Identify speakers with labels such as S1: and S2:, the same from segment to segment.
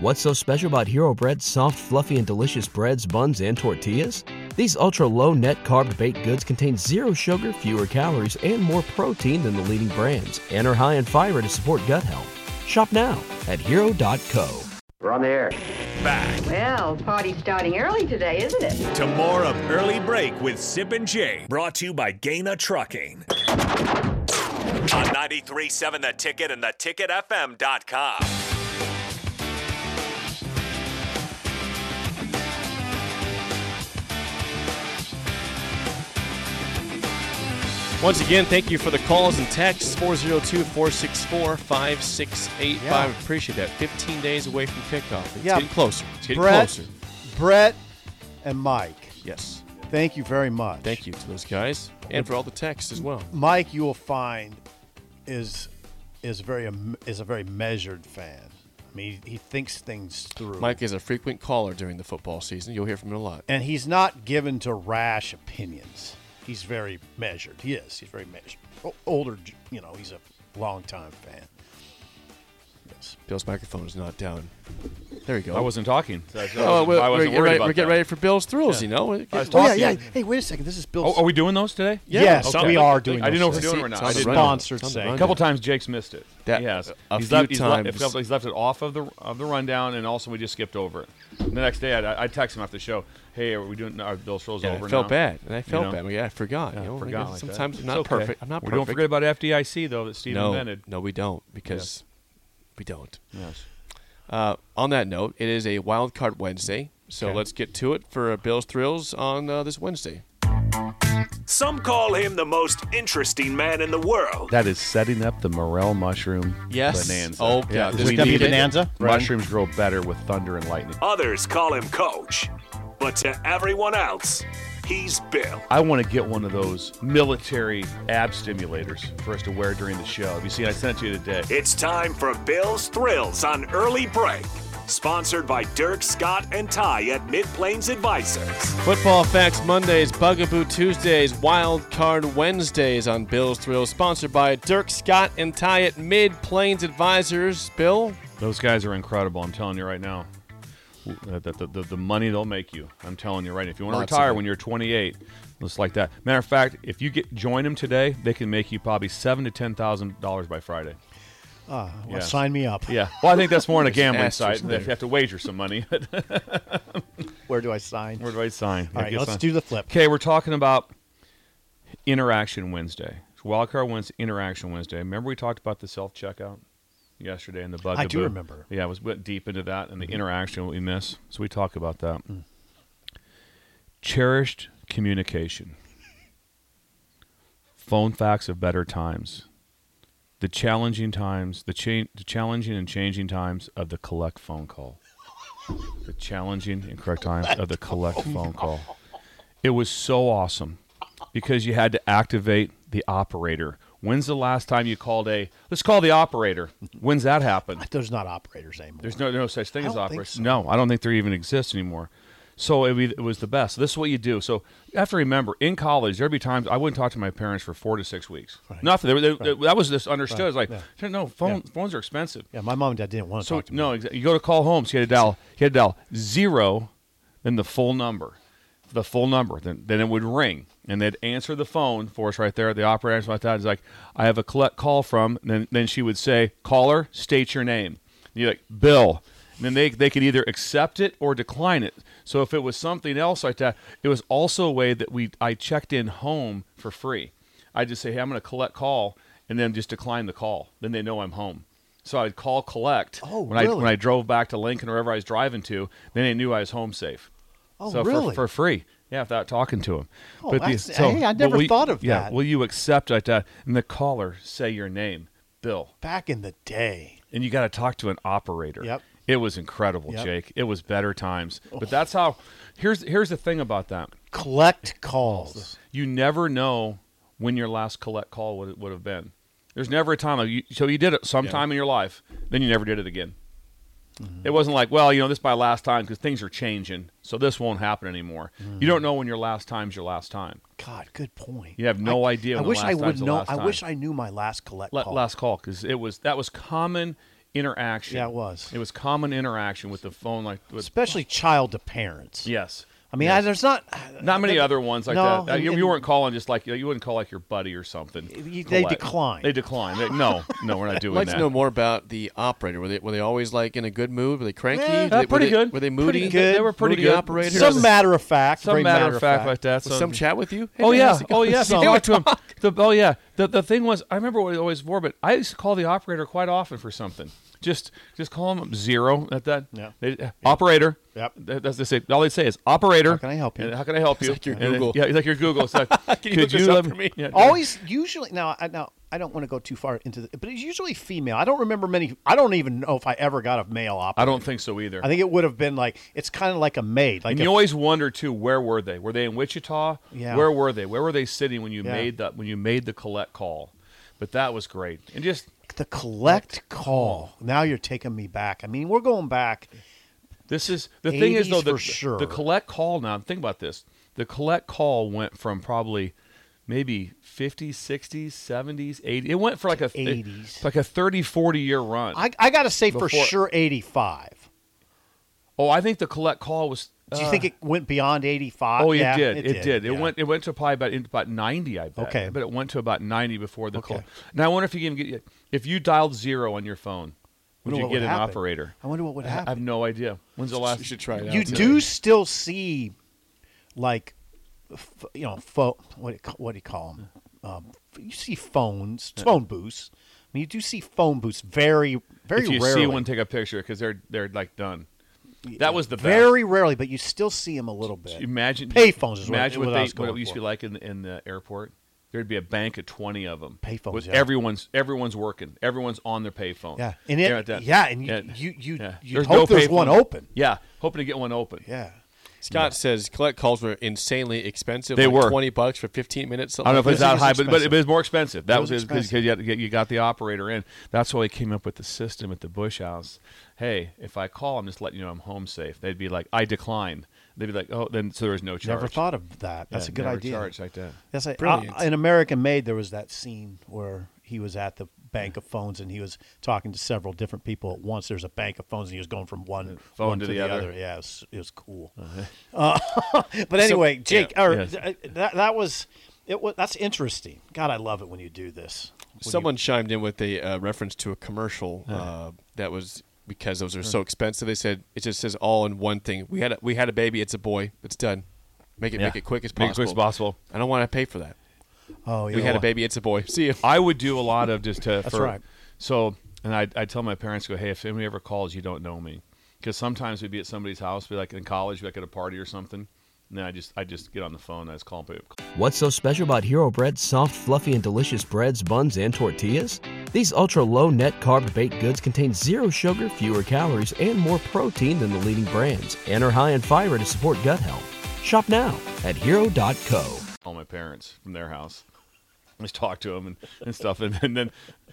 S1: What's so special about Hero Bread's soft, fluffy, and delicious breads, buns, and tortillas? These ultra low net carb baked goods contain zero sugar, fewer calories, and more protein than the leading brands, and are high in fiber to support gut health. Shop now at hero.co.
S2: We're on the air.
S3: Back
S4: Well, party's starting early today, isn't it?
S3: to more of Early Break with Sip and Jay, brought to you by Gaina Trucking. On 93.7 The Ticket and theticketfm.com.
S5: Once again, thank you for the calls and texts 402 464 5685. Appreciate that. 15 days away from kickoff. It's
S6: Yeah.
S5: getting closer. It's getting
S6: Brett,
S5: closer.
S6: Brett, and Mike.
S5: Yes.
S6: Thank you very much.
S5: Thank you to those guys and for all the texts as well.
S6: Mike, you will find is is very am- is a very measured fan. I mean, he thinks things through.
S5: Mike is a frequent caller during the football season. You'll hear from him a lot.
S6: and he's not given to rash opinions. He's very measured. He is. He's very measured. O- older, you know, he's a longtime fan. Yes.
S5: Bill's microphone is not down. There you go.
S7: I wasn't talking. So I wasn't,
S5: Oh, we're,
S7: I wasn't
S5: we're,
S7: worried
S5: ready-
S7: about
S5: we're getting
S7: that.
S5: ready for Bill's thrills, you know? We're getting-
S7: was
S6: Oh
S7: talking.
S6: yeah, yeah. Hey, wait a second. This is Bill.
S7: Oh, are we doing those today?
S6: Yes,
S7: Okay.
S6: we are doing.
S7: I didn't know if
S6: those
S7: we're
S6: things.
S7: doing it or not.
S5: See,
S7: I
S5: it's
S7: didn't
S5: on the
S7: know.
S5: rundown.
S6: Sponsored
S5: It's on the
S6: segment.
S7: A
S5: rundown.
S7: couple times Jake's missed it.
S5: That-
S7: yes,
S5: a
S7: he's
S5: few
S7: left, he's left-
S5: times.
S7: Left, he's left it off of the of the rundown, and also we just skipped over it. And the next day, I, I text him after the show. Hey, are we doing our Bill's Rolls
S5: Yeah,
S7: over?
S5: I felt
S7: now?"
S5: bad. And I felt
S7: know?
S5: bad. Yeah, I forgot. you know, I
S7: Forgot
S5: guess
S7: like that.
S5: sometimes
S7: It's
S5: I'm not
S7: okay.
S5: perfect. I'm not
S7: we
S5: perfect.
S7: don't forget about FDIC though that Steve
S5: no,
S7: invented.
S5: No, we don't because we don't.
S7: Yes.
S5: Uh, on that note, it is a wild card Wednesday, so let's get to it for uh, Bill's Thrills on uh, this Wednesday.
S3: Some call him the most interesting man in the world.
S7: That is setting up the morel mushroom
S5: Yes.
S7: bonanza.
S5: Oh, God. This
S7: we
S5: is gonna be
S7: need
S5: a
S7: it.
S6: bonanza?
S7: Mushrooms grow better with thunder and lightning.
S3: Others call him coach. But to everyone else, he's Bill.
S7: I want to get one of those military ab stimulators for us to wear during the show. Have you seen? I sent it to you today.
S3: It's time for Bill's Thrills on Early Break, sponsored by Dirk, Scott, and Ty at Mid Plains Advisors.
S5: Football Facts Mondays, Bugaboo Tuesdays, Wild Card Wednesdays on Bill's Thrills, sponsored by Dirk Scott and Ty at Mid Plains Advisors. Bill,
S7: Those guys are incredible. I'm telling you right now. The, the, the, the money they'll make you. I'm telling you right. now. If you want to
S5: Lots of
S7: retire
S5: it.
S7: when you're 28, just like that. Matter of fact, if you get join them today, they can make you probably seven to ten thousand dollars by Friday.
S6: Well,
S7: Yes.
S6: Sign me up.
S7: Yeah. Well, I think that's more on a gambling
S5: asterisks
S7: site. If you
S5: there.
S7: have to wager some money,
S6: Where do I sign?
S7: where do I sign?
S6: All right, let's do the flip.
S7: Okay, we're talking about Interaction Wednesday. It's Wildcard Wednesday, Interaction Wednesday. Remember we talked about the self checkout yesterday in the bug.
S6: I do remember. Mm-hmm.
S7: Yeah, we went deep into that and the interaction what we miss. So we talk about that.
S6: Mm.
S7: Cherished communication. Phone facts of better times. The challenging times, the, cha- the challenging and changing times of the collect phone call. The challenging and correct times of the collect phone call. It was so awesome because you had to activate the operator. When's the last time you called a let's call the operator? When's that happen?
S6: There's not operators anymore.
S7: There's no no such thing
S6: I
S7: as
S6: don't think
S7: operators.
S6: so.
S7: No, I don't think there even exists anymore. So it, wa- it was the best. This is what you do. So you have to remember, in college, there'd be times I wouldn't talk to my parents for four to six weeks. Nothing. They were- they- that was just understood. It's like, no, phone, phones are expensive.
S6: yeah, my mom and dad didn't want to
S7: So
S6: talk to me.
S7: no, exactly. You go to call home. So you had to dial. You had to dial zero, then the full number, the full number. Then then it would ring, and they'd answer the phone for us right there. The operator answered like that. It's like I have a collect call from. And then then she would say, caller, state your name. And you're like Bill. And then they they could either accept it or decline it. So if it was something else like that, it was also a way that we I checked in home for free. I just say, hey, I'm going to collect call, and then just decline the call. Then they know I'm home. So I'd call collect
S6: Oh,
S7: when I
S6: really?
S7: when I drove back to Lincoln or wherever I was driving to. Then they knew I was home safe.
S6: Oh,
S7: so
S6: really?
S7: For, for free. Yeah, without talking to him.
S6: Oh, that's- hey, I never
S7: will you-
S6: thought of
S7: yeah,
S6: that.
S7: Will you accept like that? And the caller say your name, Bill,
S6: Back in the day.
S7: and you got to talk to an operator.
S6: Yep.
S7: It was incredible,
S6: Yep. Oh.
S7: Jake. It was better times. But that's how. Here's here's the thing about that.
S6: Collect calls.
S7: You never know when your last collect call would, would have been. There's never a time. You, so you did it sometime in your life, then you never did it again.
S6: Mm-hmm.
S7: It wasn't like, well, you know, this is my last time because things are changing, so this won't happen anymore.
S6: Mm-hmm.
S7: You don't know when your last time's your last time.
S6: God, good point.
S7: You have no idea.
S6: I
S7: when the
S6: wish I
S7: last time's
S6: would
S7: the
S6: know.
S7: last
S6: I
S7: time.
S6: wish I knew my last collect
S7: La-
S6: call.
S7: last call because it was that was common interaction.
S6: Yeah, it was.
S7: It was common interaction with the phone, like with,
S6: especially child to parents.
S7: yes.
S6: I mean, I,
S7: yes.
S6: there's not
S7: not many other ones like
S6: No,
S7: that. Uh, You,
S6: and-
S7: you weren't calling just like you wouldn't call like your buddy or something.
S6: They
S7: Collect.
S6: declined.
S7: They declined. They- no, no, we're not
S5: I'd
S7: doing
S5: like
S7: that.
S5: to know more about the operator. Were they were they always like in a good mood? Were they cranky?
S6: Yeah,
S5: Were
S7: Uh,
S5: they- were
S7: pretty
S5: they-
S7: good.
S5: Were they moody?
S7: Pretty good. They were pretty
S5: moody
S7: good.
S5: operators.
S6: Some matter of fact.
S7: Some
S6: very
S7: matter, of fact, like that.
S5: Was
S7: So
S5: some chat with you? Hey,
S7: Oh
S5: man,
S7: yeah.
S5: how's it
S7: Oh
S5: going?
S7: yeah. If you
S6: Some
S7: talk to him. The, oh yeah. The, the thing was, I remember what it always wore, but I used to call the operator quite often for something. Just just call him zero at that.
S6: Yeah.
S7: They- Operator.
S6: Yep.
S7: That- That's they say. All they say is operator. How
S6: can I help you?
S7: how can I help you?
S5: like your
S7: And then-
S5: Google.
S7: yeah, it's like your Google. It's like,
S5: you look
S7: could you
S5: this up
S7: let
S5: for me?
S7: Yeah,
S6: Always, usually. Now, I, now I don't want to go too far into the, but it's usually female. I don't remember many. I don't even know if I ever got a male operator.
S7: I don't think so either.
S6: I think it would have been like it's kind of like a maid. Like
S7: and
S6: a-
S7: you always wonder too, where were they? Were they in Wichita?
S6: Yeah.
S7: Where were they? Where were they sitting when you
S6: Yeah.
S7: made that when you made the collect call? But that was great. And just
S6: the collect call. Now you're taking me back. I mean, we're going back.
S7: this is the thing is
S6: 80s
S7: though the,
S6: for sure.
S7: the collect call now think about this. The collect call went from probably maybe 50s, 60s, 70s, 80s. It went for like a
S6: 80s.
S7: like a 30 40 year run.
S6: I, I got to say for
S7: Before-
S6: sure, eighty-five.
S7: oh, I think the collect call was
S6: Do you
S7: uh,
S6: think it went beyond eighty-five?
S7: Oh,
S6: yeah,
S7: it did. It, did. It
S6: yeah.
S7: went. It went to probably about in- about ninety. I bet.
S6: Okay.
S7: but it went to about ninety before the call.
S6: Okay.
S7: Now I wonder if you can get if you dialed zero on your phone, would
S6: Wonder
S7: you
S6: what
S7: get an
S6: happen.
S7: operator?
S6: I wonder what would
S7: I- I have
S6: happen.
S7: no idea. When's the last?
S5: You should try it out.
S6: you
S5: today.
S6: do still see, like, f- you know, phone. What do you, ca- what do you call them? Um, you see phones,
S7: Uh-huh.
S6: phone booths. I mean, you do see phone booths very, very
S7: if you
S6: rarely.
S7: see one, take a picture because they're they're like done. That was the best.
S6: very rarely, but you still see them a little bit.
S7: imagine
S6: Payphones is what-
S7: Imagine
S6: what
S7: what,
S6: I
S7: they,
S6: was
S7: what it
S6: going
S7: used to
S6: for.
S7: be like in in the airport. There'd be a bank of twenty of them.
S6: Payphones,
S7: With
S6: yeah.
S7: everyone's everyone's working. Everyone's on their payphone.
S6: Yeah, and it,
S7: They're at that-
S6: yeah, and you
S7: yeah.
S6: you you,
S7: Yeah.
S6: you hope there's
S7: payphone.
S6: one open.
S7: Yeah, hoping to get one open.
S6: Yeah,
S5: Scott says collect calls were insanely expensive.
S7: They
S5: like
S7: were.
S5: twenty bucks for fifteen minutes.
S7: I don't know if
S5: something
S7: it's
S5: like
S7: that
S5: that.
S7: high, but, but it
S6: expensive.
S7: was more expensive. That
S6: It
S7: was
S6: was
S7: because you, had to get- you got the operator in. That's why he came up with the system at the Bush House. Hey, if I call, I'm just letting you know I'm home safe. They'd be like, I declined. They'd be like, oh, then so there was no charge.
S6: never thought of that. That's
S7: Yeah,
S6: a good
S7: never
S6: idea.
S7: charged like that.
S6: That's like,
S5: Brilliant.
S6: uh, in American Made. There was that scene where he was at the bank of phones and he was talking to several different people at once. There's a bank of phones and he was going from one
S7: Phone
S6: one
S7: to the other. Uh-huh.
S6: Yeah, it was, it was cool. Uh, but anyway, Jake, or,
S7: yes.
S6: th- that that was it. Was that's interesting? God, I love it when you do this. When you-
S5: Someone chimed in with a uh, reference to a commercial uh, that was because those are so expensive. They said it just says all in one thing. We had a, we had a baby. It's a boy. It's done. Make it
S7: Yeah.
S5: make it quick as possible.
S7: Make it quick as possible.
S5: I don't want to pay for that.
S6: oh, you
S5: we
S6: know
S5: had a
S6: what?
S5: baby. It's a boy. See you.
S7: I would do a lot of just to.
S6: That's
S7: for,
S6: right.
S7: So, and I I tell my parents, go, hey, if anybody ever calls, you don't know me, because sometimes we'd be at somebody's house, be like in college, be like at a party or something. And then I just I just get on the phone, and I just call them.
S1: What's so special about Hero Bread's soft, fluffy, and delicious breads, buns, and tortillas? These ultra low net carb baked goods contain zero sugar, fewer calories, and more protein than the leading brands, and are high in fiber to support gut health. Shop now at hero.co.
S7: all my parents from their house. Just talk to them and, and stuff, and, and then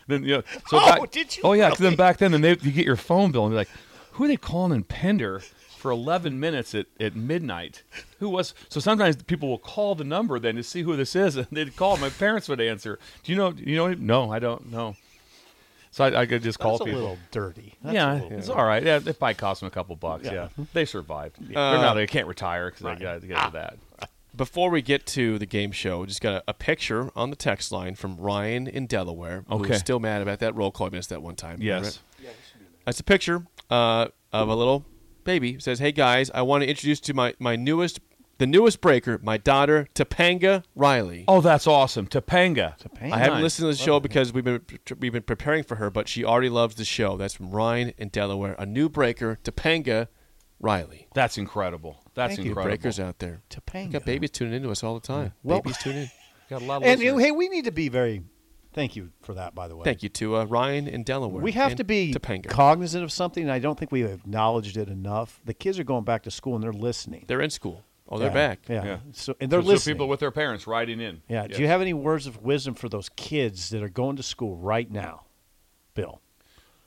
S7: then you know. So
S6: Oh,
S7: back-
S6: did you
S7: Oh yeah, 'cause then
S6: really?
S7: back then, then they you get your phone bill and be like, who are they calling in Pender for eleven minutes at, at midnight? Who was? So sometimes people will call the number then to see who this is, and they'd call. My parents would answer. Do you know? do you know? him?" No, I don't know. So I, I could just call
S6: That's a
S7: people.
S6: little dirty. That's a
S7: yeah,
S6: little
S7: it's
S6: dirty.
S7: all right. Yeah, it probably cost them a couple bucks. Yeah, they survived.
S6: Uh,
S7: They're not. They can't retire because they got to
S6: Ah.
S7: get that.
S5: Before we get to the game show, we just got a, a picture on the text line from Ryan in Delaware.
S7: Okay.
S5: Who's still mad about that roll call I missed that one time. Remember
S7: Yes.
S5: it? That's a picture uh, of a little baby. It says, "Hey guys, I want to introduce to my my newest, the newest breaker, my daughter Topanga Riley.
S7: Oh, that's awesome. Topanga.
S6: Topanga.
S5: I haven't
S7: nice.
S5: listened to the show because we've been we've been preparing for her, but she already loves the show. That's from Ryan in Delaware. A new breaker, Topanga Riley.
S7: That's incredible. That's
S6: Thank you,
S7: incredible.
S5: Breakers out there.
S6: Topanga.
S5: We got babies tuning into us all the time.
S6: Well-
S5: babies tune in.
S7: Got a lot of
S6: And
S7: listeners.
S6: hey, we need to be very. Thank you for that, by the way.
S5: Thank you to uh, Ryan in Delaware.
S6: We have
S5: and
S6: to be
S5: Topanga.
S6: cognizant of something, and I don't think we've acknowledged it enough. The kids are going back to school and they're listening.
S5: they're in school. Oh, they're
S6: Yeah,
S5: back.
S6: Yeah.
S7: Yeah.
S6: So and they're
S7: So- so
S6: listening.
S7: people with their parents riding in.
S6: yeah.
S7: Yes.
S6: Do you have any words of wisdom for those kids that are going to school right now, Bill?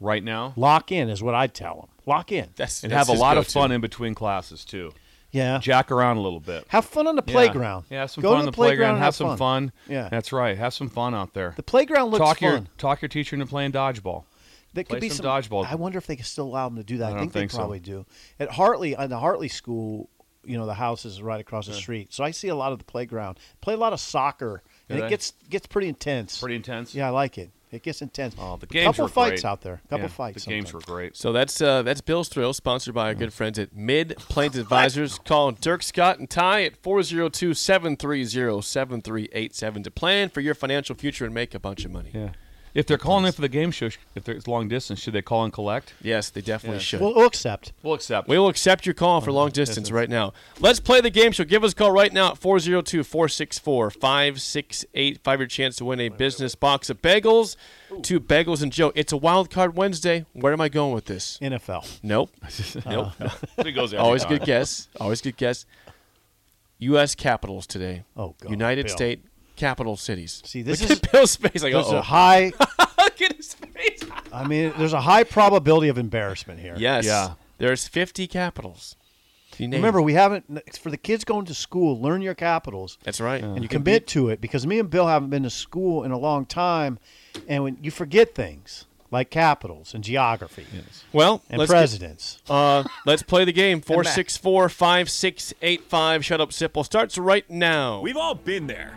S7: right now?
S6: Lock in is what I tell them. Lock in.
S5: That's
S7: And
S5: that's
S7: have a
S5: his
S7: lot of
S5: go-to.
S7: fun in between classes too.
S6: yeah.
S7: Jack around a little bit.
S6: Have fun on the
S7: Yeah.
S6: playground.
S7: Yeah, have some
S6: Go
S7: fun
S6: to
S7: on
S6: the
S7: the playground.
S6: and
S7: have, some fun.
S6: Yeah.
S7: that's right. Have some fun out there.
S6: the playground looks
S7: talk
S6: fun.
S7: your talk your teacher into playing dodgeball. Oh,
S6: That
S7: Play
S6: could be
S7: some dodgeball.
S6: I wonder if they can still allow them to do that. I,
S7: don't
S6: think they
S7: think so.
S6: probably do. At Hartley, on the Hartley School, you know, the house is right across the street, so I see a lot of the playground. Play a lot of soccer, and
S7: Do
S6: it
S7: they?
S6: gets gets pretty intense.
S7: Pretty intense.
S6: Yeah, I like it. It gets intense.
S7: Oh, the
S6: A
S7: games
S6: couple
S7: were
S6: fights
S7: great.
S6: out there. Couple
S7: Yeah,
S6: fights.
S7: The games
S6: sometimes.
S7: were great.
S5: So that's uh, that's Bill's Thrill, sponsored by our good friends at Mid Plains Advisors. Call Dirk Scott and Ty at 402 730 7387 to plan for your financial future and make a bunch of money.
S7: Yeah. If they're calling in for the game show, sh- if they're- it's long distance, should they call and collect?
S5: Yes, they definitely
S7: Yeah.
S5: should.
S6: We'll, we'll accept.
S7: We'll accept.
S5: We will accept your call for long distance right now. Let's play the game show. Give us a call right now at 402 464 5685. Your chance to win a business box of bagels. Two bagels and Joe. It's a wild card Wednesday. Where am I going with this?
S6: NFL.
S5: Nope. Nope.
S7: It goes every
S5: Always
S7: time.
S5: good guess. Always good guess. U.S. capitals today.
S6: Oh, God,
S5: United
S6: Bill.
S5: States capital cities.
S6: See, this
S5: Look
S6: is-
S5: at Bill's face. Like,
S6: There's
S5: oh,
S6: a high.
S5: look at his face.
S6: I mean, there's a high probability of embarrassment here.
S5: Yes.
S7: Yeah.
S5: There's 50 capitals. You name
S6: Remember,
S5: it.
S6: we haven't for the kids going to school. Learn your capitals.
S5: That's right.
S6: and you commit to it because me and Bill haven't been to school in a long time, and when you forget things like capitals and geography
S5: Well,
S6: and
S5: let's get-
S6: presidents.
S5: Uh, let's play the game. 464 5685. Shut up, Sipple. Starts right now.
S3: We've all been there.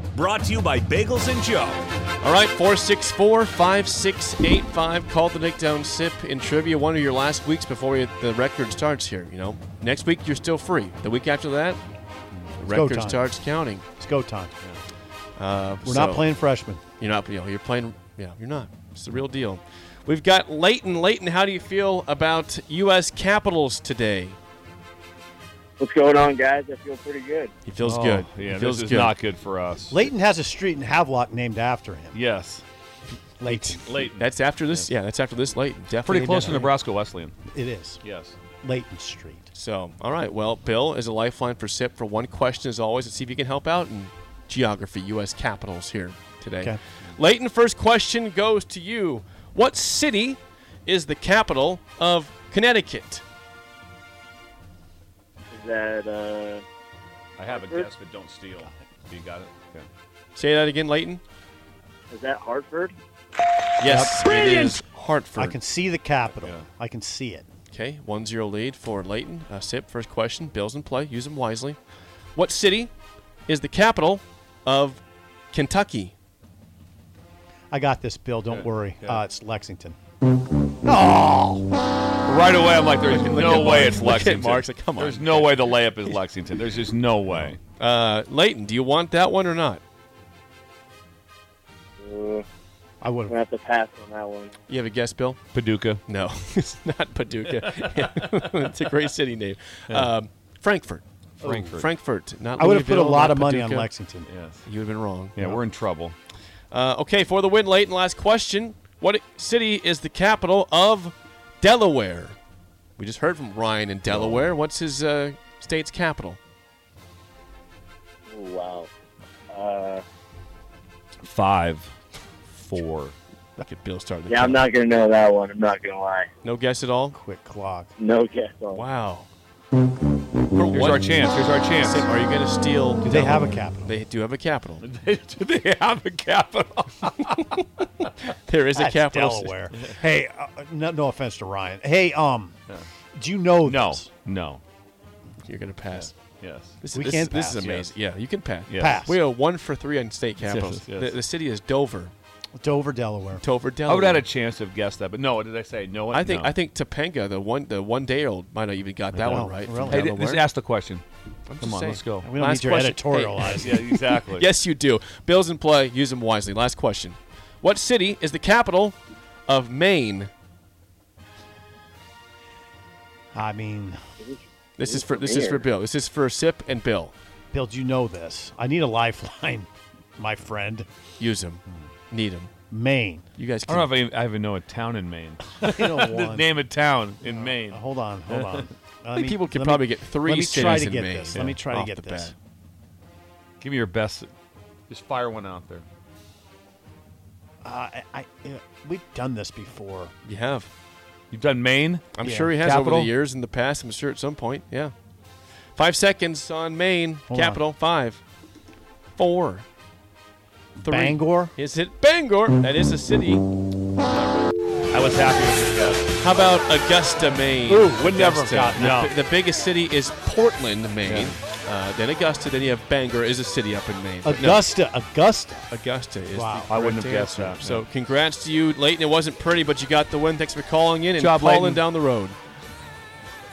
S3: Brought to you by Bagels and Joe.
S5: All right, 464 5685. Call the Nick Down Sip in trivia. One of your last weeks before we, the record starts here. You know, next week you're still free. The week after that, the
S6: go
S5: record
S6: time.
S5: starts counting.
S6: It's go time.
S5: Uh,
S6: We're
S5: so-
S6: not playing freshmen.
S5: You're not, you know, you're playing, yeah, you're not. It's the real deal. We've got Leighton. Leighton, how do you feel about U.S. Capitals today?
S2: What's going on, guys? I feel pretty good.
S5: He feels
S7: Oh,
S5: good.
S7: Yeah,
S5: he feels
S7: this is
S5: good.
S7: not good for us.
S6: Leighton has a street in Havelock named after him.
S7: Yes.
S6: Leighton,
S7: Leighton.
S5: That's after this. Yeah, that's after this Leighton. Definitely
S7: pretty close to
S5: definitely.
S7: Nebraska Wesleyan.
S6: it is
S7: Yes.
S6: Leighton Street.
S5: So, all right. Well, Bill is a lifeline for SIP for one question as always, and see if you can help out in geography, U.S. capitals here today.
S6: Okay.
S5: Leighton, first question goes to you. What city is the capital of Connecticut?
S2: Is that uh,
S7: I have a guess, but don't steal. You got it. Okay.
S5: Say that again, Leighton.
S2: is that Hartford?
S5: Yes, it is Hartford.
S6: I can see the capital.
S7: Yeah.
S6: I can see it.
S5: Okay, 1 0 lead for Leighton. Uh, SIP, first question. Bill's in play. Use them wisely. What city is the capital of Kentucky?
S6: I got this, Bill. Don't worry. Uh, it's Lexington.
S7: Right away, I'm like, there's
S5: at
S7: no way
S5: Mark.
S7: it's
S5: Look at
S7: Lexington.
S5: Mark's like, come on.
S7: There's no way the layup is Lexington. There's just no way.
S5: Uh, Leighton, do you want that one or not?
S2: Uh, I'm
S6: I would
S2: gonna
S6: have.
S2: have to pass on that one.
S5: You have a guess, Bill?
S7: Paducah.
S5: No, it's not Paducah. it's a great city name. Um, Frankfurt.
S7: Frankfurt.
S5: Frankfurt. Not
S6: I would have put a
S5: Louisville,
S6: lot
S5: not
S6: of money on
S5: Paducah.
S6: Lexington.
S7: Yes.
S5: You would have been wrong.
S7: Yeah, we're in trouble.
S5: Uh, okay, for the win, Leighton, last question. What city is the capital of Delaware? We just heard from Ryan in Delaware. What's his uh, state's capital?
S2: Oh, wow. Uh,
S7: Five, four.
S5: Look at Bill starting. to
S2: yeah, I'm
S5: count.
S2: not gonna know that one. I'm not gonna lie.
S5: No guess at all.
S6: Quick clock.
S2: No guess on.
S5: Wow. For
S7: Here's
S5: what
S7: our chance. Here's our chance.
S5: Are you going to steal?
S6: Do they have a capital?
S5: They do have a capital.
S7: Do they have a capital?
S5: There is a
S6: That's
S5: capital. ci-
S6: Delaware. hey, uh, no, no offense to Ryan. Hey, um, do you know
S7: No.
S6: this?
S7: No.
S5: You're going to pass.
S7: Yes.
S5: This,
S6: We
S5: this,
S6: can't
S5: this
S6: pass.
S5: is amazing. Yeah, you can pass.
S7: Yes.
S6: Pass.
S5: We are one for three on state capitals.
S7: yes.
S5: The, the city is Dover.
S6: Dover, Delaware.
S5: Dover,
S7: I
S5: Delaware.
S7: would have had a chance to have guessed that, but no. What did I say? No.
S5: I think
S7: no.
S5: I think Topanga, the one the one day old, might not even got that
S6: know.
S5: one right. from
S6: Really?
S7: Hey,
S5: Delaware.
S7: just ask the question.
S5: I'm
S7: Come
S5: just
S7: on,
S5: saying.
S7: let's go.
S6: We don't
S5: Last
S6: need your
S5: question.
S6: editorialized.
S7: Yeah, exactly.
S5: Yes, you do. Bills in play. Use them wisely. Last question. What city is the capital of Maine?
S6: I mean,
S5: This is for this is for Bill. This is for Sip and Bill.
S6: Bill, do you know this? I need a lifeline, my friend.
S5: Use them. Need them.
S6: Maine.
S5: You guys
S7: I
S5: can.
S7: don't know if I even, I even know a town in Maine.
S6: You know one.
S7: Name a town in Maine.
S6: Hold on, hold on. Let
S5: think
S6: me-
S5: people could
S6: let me-
S5: probably get three
S6: Let me
S5: cities
S6: try to
S5: in
S6: get
S5: Maine,
S6: this.
S7: yeah,
S6: Let me try
S7: off
S6: to get
S7: the
S6: this.
S7: bat. Give me your best. Just fire one out there.
S6: Uh, I, I, yeah, we've done this before.
S5: You have.
S7: You've done Maine.
S5: I'm
S6: Yeah.
S5: sure he has over
S7: Capital?
S5: the years in the past. I'm sure at some point. Yeah. Five seconds on Maine.
S6: Hold on.
S5: capital. Five. Four. Three.
S6: Bangor.
S5: Is it Bangor? That is a city.
S7: I was happy with your guess.
S5: How about Augusta, Maine?
S7: Ooh, would never have
S5: Augusta.
S7: gotten
S5: the,
S7: that.
S5: bi- The biggest city is Portland, Maine. Uh, then Augusta. Then you have Bangor is a city up in Maine. But no,
S6: Augusta. Augusta.
S5: Augusta is.
S6: Wow.
S5: The
S7: I wouldn't have
S5: correct
S7: guessed
S5: answer.
S7: that.
S5: So congrats to you, Leighton. It wasn't pretty, but you got the win. Thanks for calling in and
S7: Job,
S5: calling
S7: Leighton.
S5: down the road.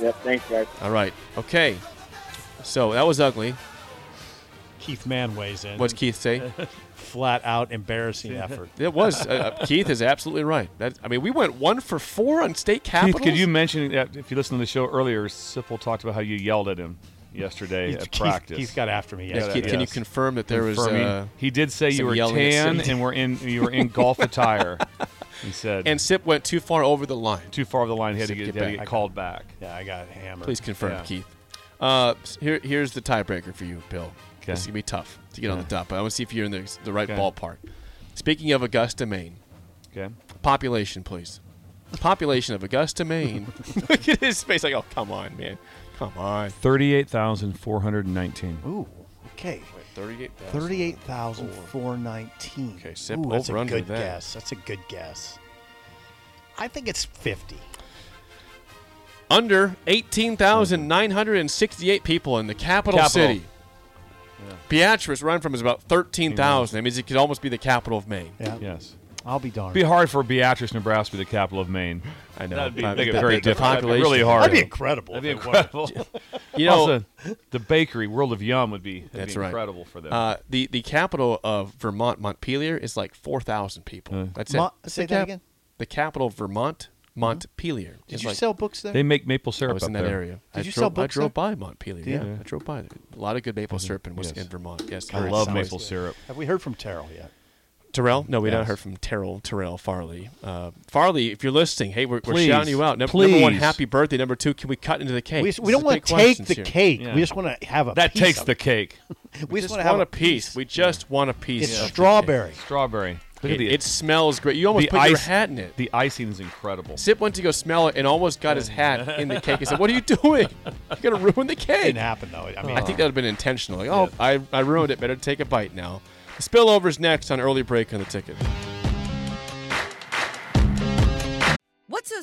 S2: Yep, thanks, guys.
S5: All right. Okay. So that was ugly.
S6: Keith Mann weighs in.
S5: What's Keith say?
S6: flat out embarrassing effort.
S5: It was. Uh, uh, Keith is absolutely right. That I mean, we went one for four on state
S7: Keith,
S5: capitals.
S7: could you mention that if you listened to the show earlier, Sipple talked about how you yelled at him yesterday at
S6: Keith,
S7: practice.
S6: Keith got after me.
S5: Yes,
S6: yesterday.
S5: Keith, Can you
S7: Yes.
S5: confirm that there was?
S7: Confirming.
S5: Uh,
S7: he did say you
S5: some
S7: were
S5: yelling at
S7: tan
S5: Sipple.
S7: and were in you were in golf attire. He said
S5: and Sip went too far over the line.
S7: too far of the line. He had to
S5: Sip, get
S7: get, had to
S5: back.
S7: get called back.
S6: Yeah, I got hammered.
S5: Please confirm,
S7: Yeah.
S5: Keith. Uh, s- here, here's the tiebreaker for you, Bill.
S7: Okay.
S5: This is gonna be tough to get on the top, but I want to see if you're in the, the right
S7: Okay.
S5: ballpark. Speaking of Augusta, Maine,
S7: Okay.
S5: population, please. Population of Augusta, Maine. Look at his face. Like, oh, come on, man. Come on.
S7: Thirty-eight thousand four hundred and nineteen.
S6: Ooh. Okay.
S5: Thirty-eight.
S6: Thirty-eight thousand four nineteen.
S5: Okay, sip
S6: Ooh, that's a
S5: over under
S6: good
S5: that.
S6: guess. That's a good guess. I think it's fifty.
S5: under 18,968 people in the capital,
S7: Capital.
S5: city. Beatrice run from is about 13,000. That means it could almost be the capital of Maine.
S6: Yeah.
S7: Yes.
S6: I'll be darned.
S7: It'd be hard for Beatrice, Nebraska, to be the capital of Maine.
S5: I know.
S7: That'd be
S5: I-
S7: make it
S5: the-
S7: very
S5: the
S7: difficult. That'd be
S5: population-
S7: really hard.
S6: That'd be incredible.
S7: That'd be
S6: if it worked.
S7: incredible.
S5: You know,
S7: also, the bakery World of Yum would be, that'd
S5: that's
S7: be
S5: right.
S7: incredible for them.
S5: Uh, the the capital of Vermont, Montpelier, is like 4,000 people. That's it.
S6: Mo-
S5: That's
S6: say
S5: the
S6: that
S5: cap-
S6: again? Mm-hmm.
S5: The capital of Vermont, Montpelier.
S6: Did
S5: is
S6: you
S5: like-
S6: sell books there?
S7: they make maple
S5: I
S7: syrup
S5: was
S7: up
S5: in that
S7: there.
S5: area. I
S6: Did you
S5: drove,
S6: sell
S5: I
S6: books
S5: drove by
S6: there?
S5: Montpelier. Yeah. I drove by. there. A lot of good maple syrup and was
S7: Mm-hmm. Yes.
S5: in Vermont. Yes,
S7: I
S5: correct.
S7: love
S6: Sounds
S7: maple
S6: good.
S7: syrup.
S6: Have we heard from Terrell yet?
S5: Terrell? No, we
S7: Yes.
S5: not heard from Terrell. Terrell Farley. Uh, Farley, if you're listening, hey, we're, we're
S7: Please.
S5: shouting you out. Num- Number one,
S7: Please.
S5: happy birthday. Number two, can we cut into the cake?
S6: we just,
S5: This
S6: we don't
S5: is
S6: want
S5: big
S6: to take
S5: questions
S6: the
S5: here.
S6: cake.
S7: Yeah.
S6: We just want to have a
S7: That
S6: piece
S7: takes
S6: of
S7: the
S6: it.
S7: cake.
S6: We
S5: Just
S6: just, want to have
S5: want a piece. We just want a piece.
S6: It's
S5: of the
S6: strawberry.
S7: Strawberry. Look
S5: cake.
S7: at
S5: It,
S7: the
S5: it smells great. You almost
S7: the
S5: put your
S7: ice-
S5: hat in it.
S7: The icing is incredible.
S5: Sip went to go smell it and almost got his hat in the cake. He said, "What are you doing? You're gonna ruin the cake."
S6: Didn't happen though. I mean,
S5: I think that would have been intentional. Like, oh, I, I ruined it. Better take a bite now. The spillover's next on early break on the ticket.
S8: What's so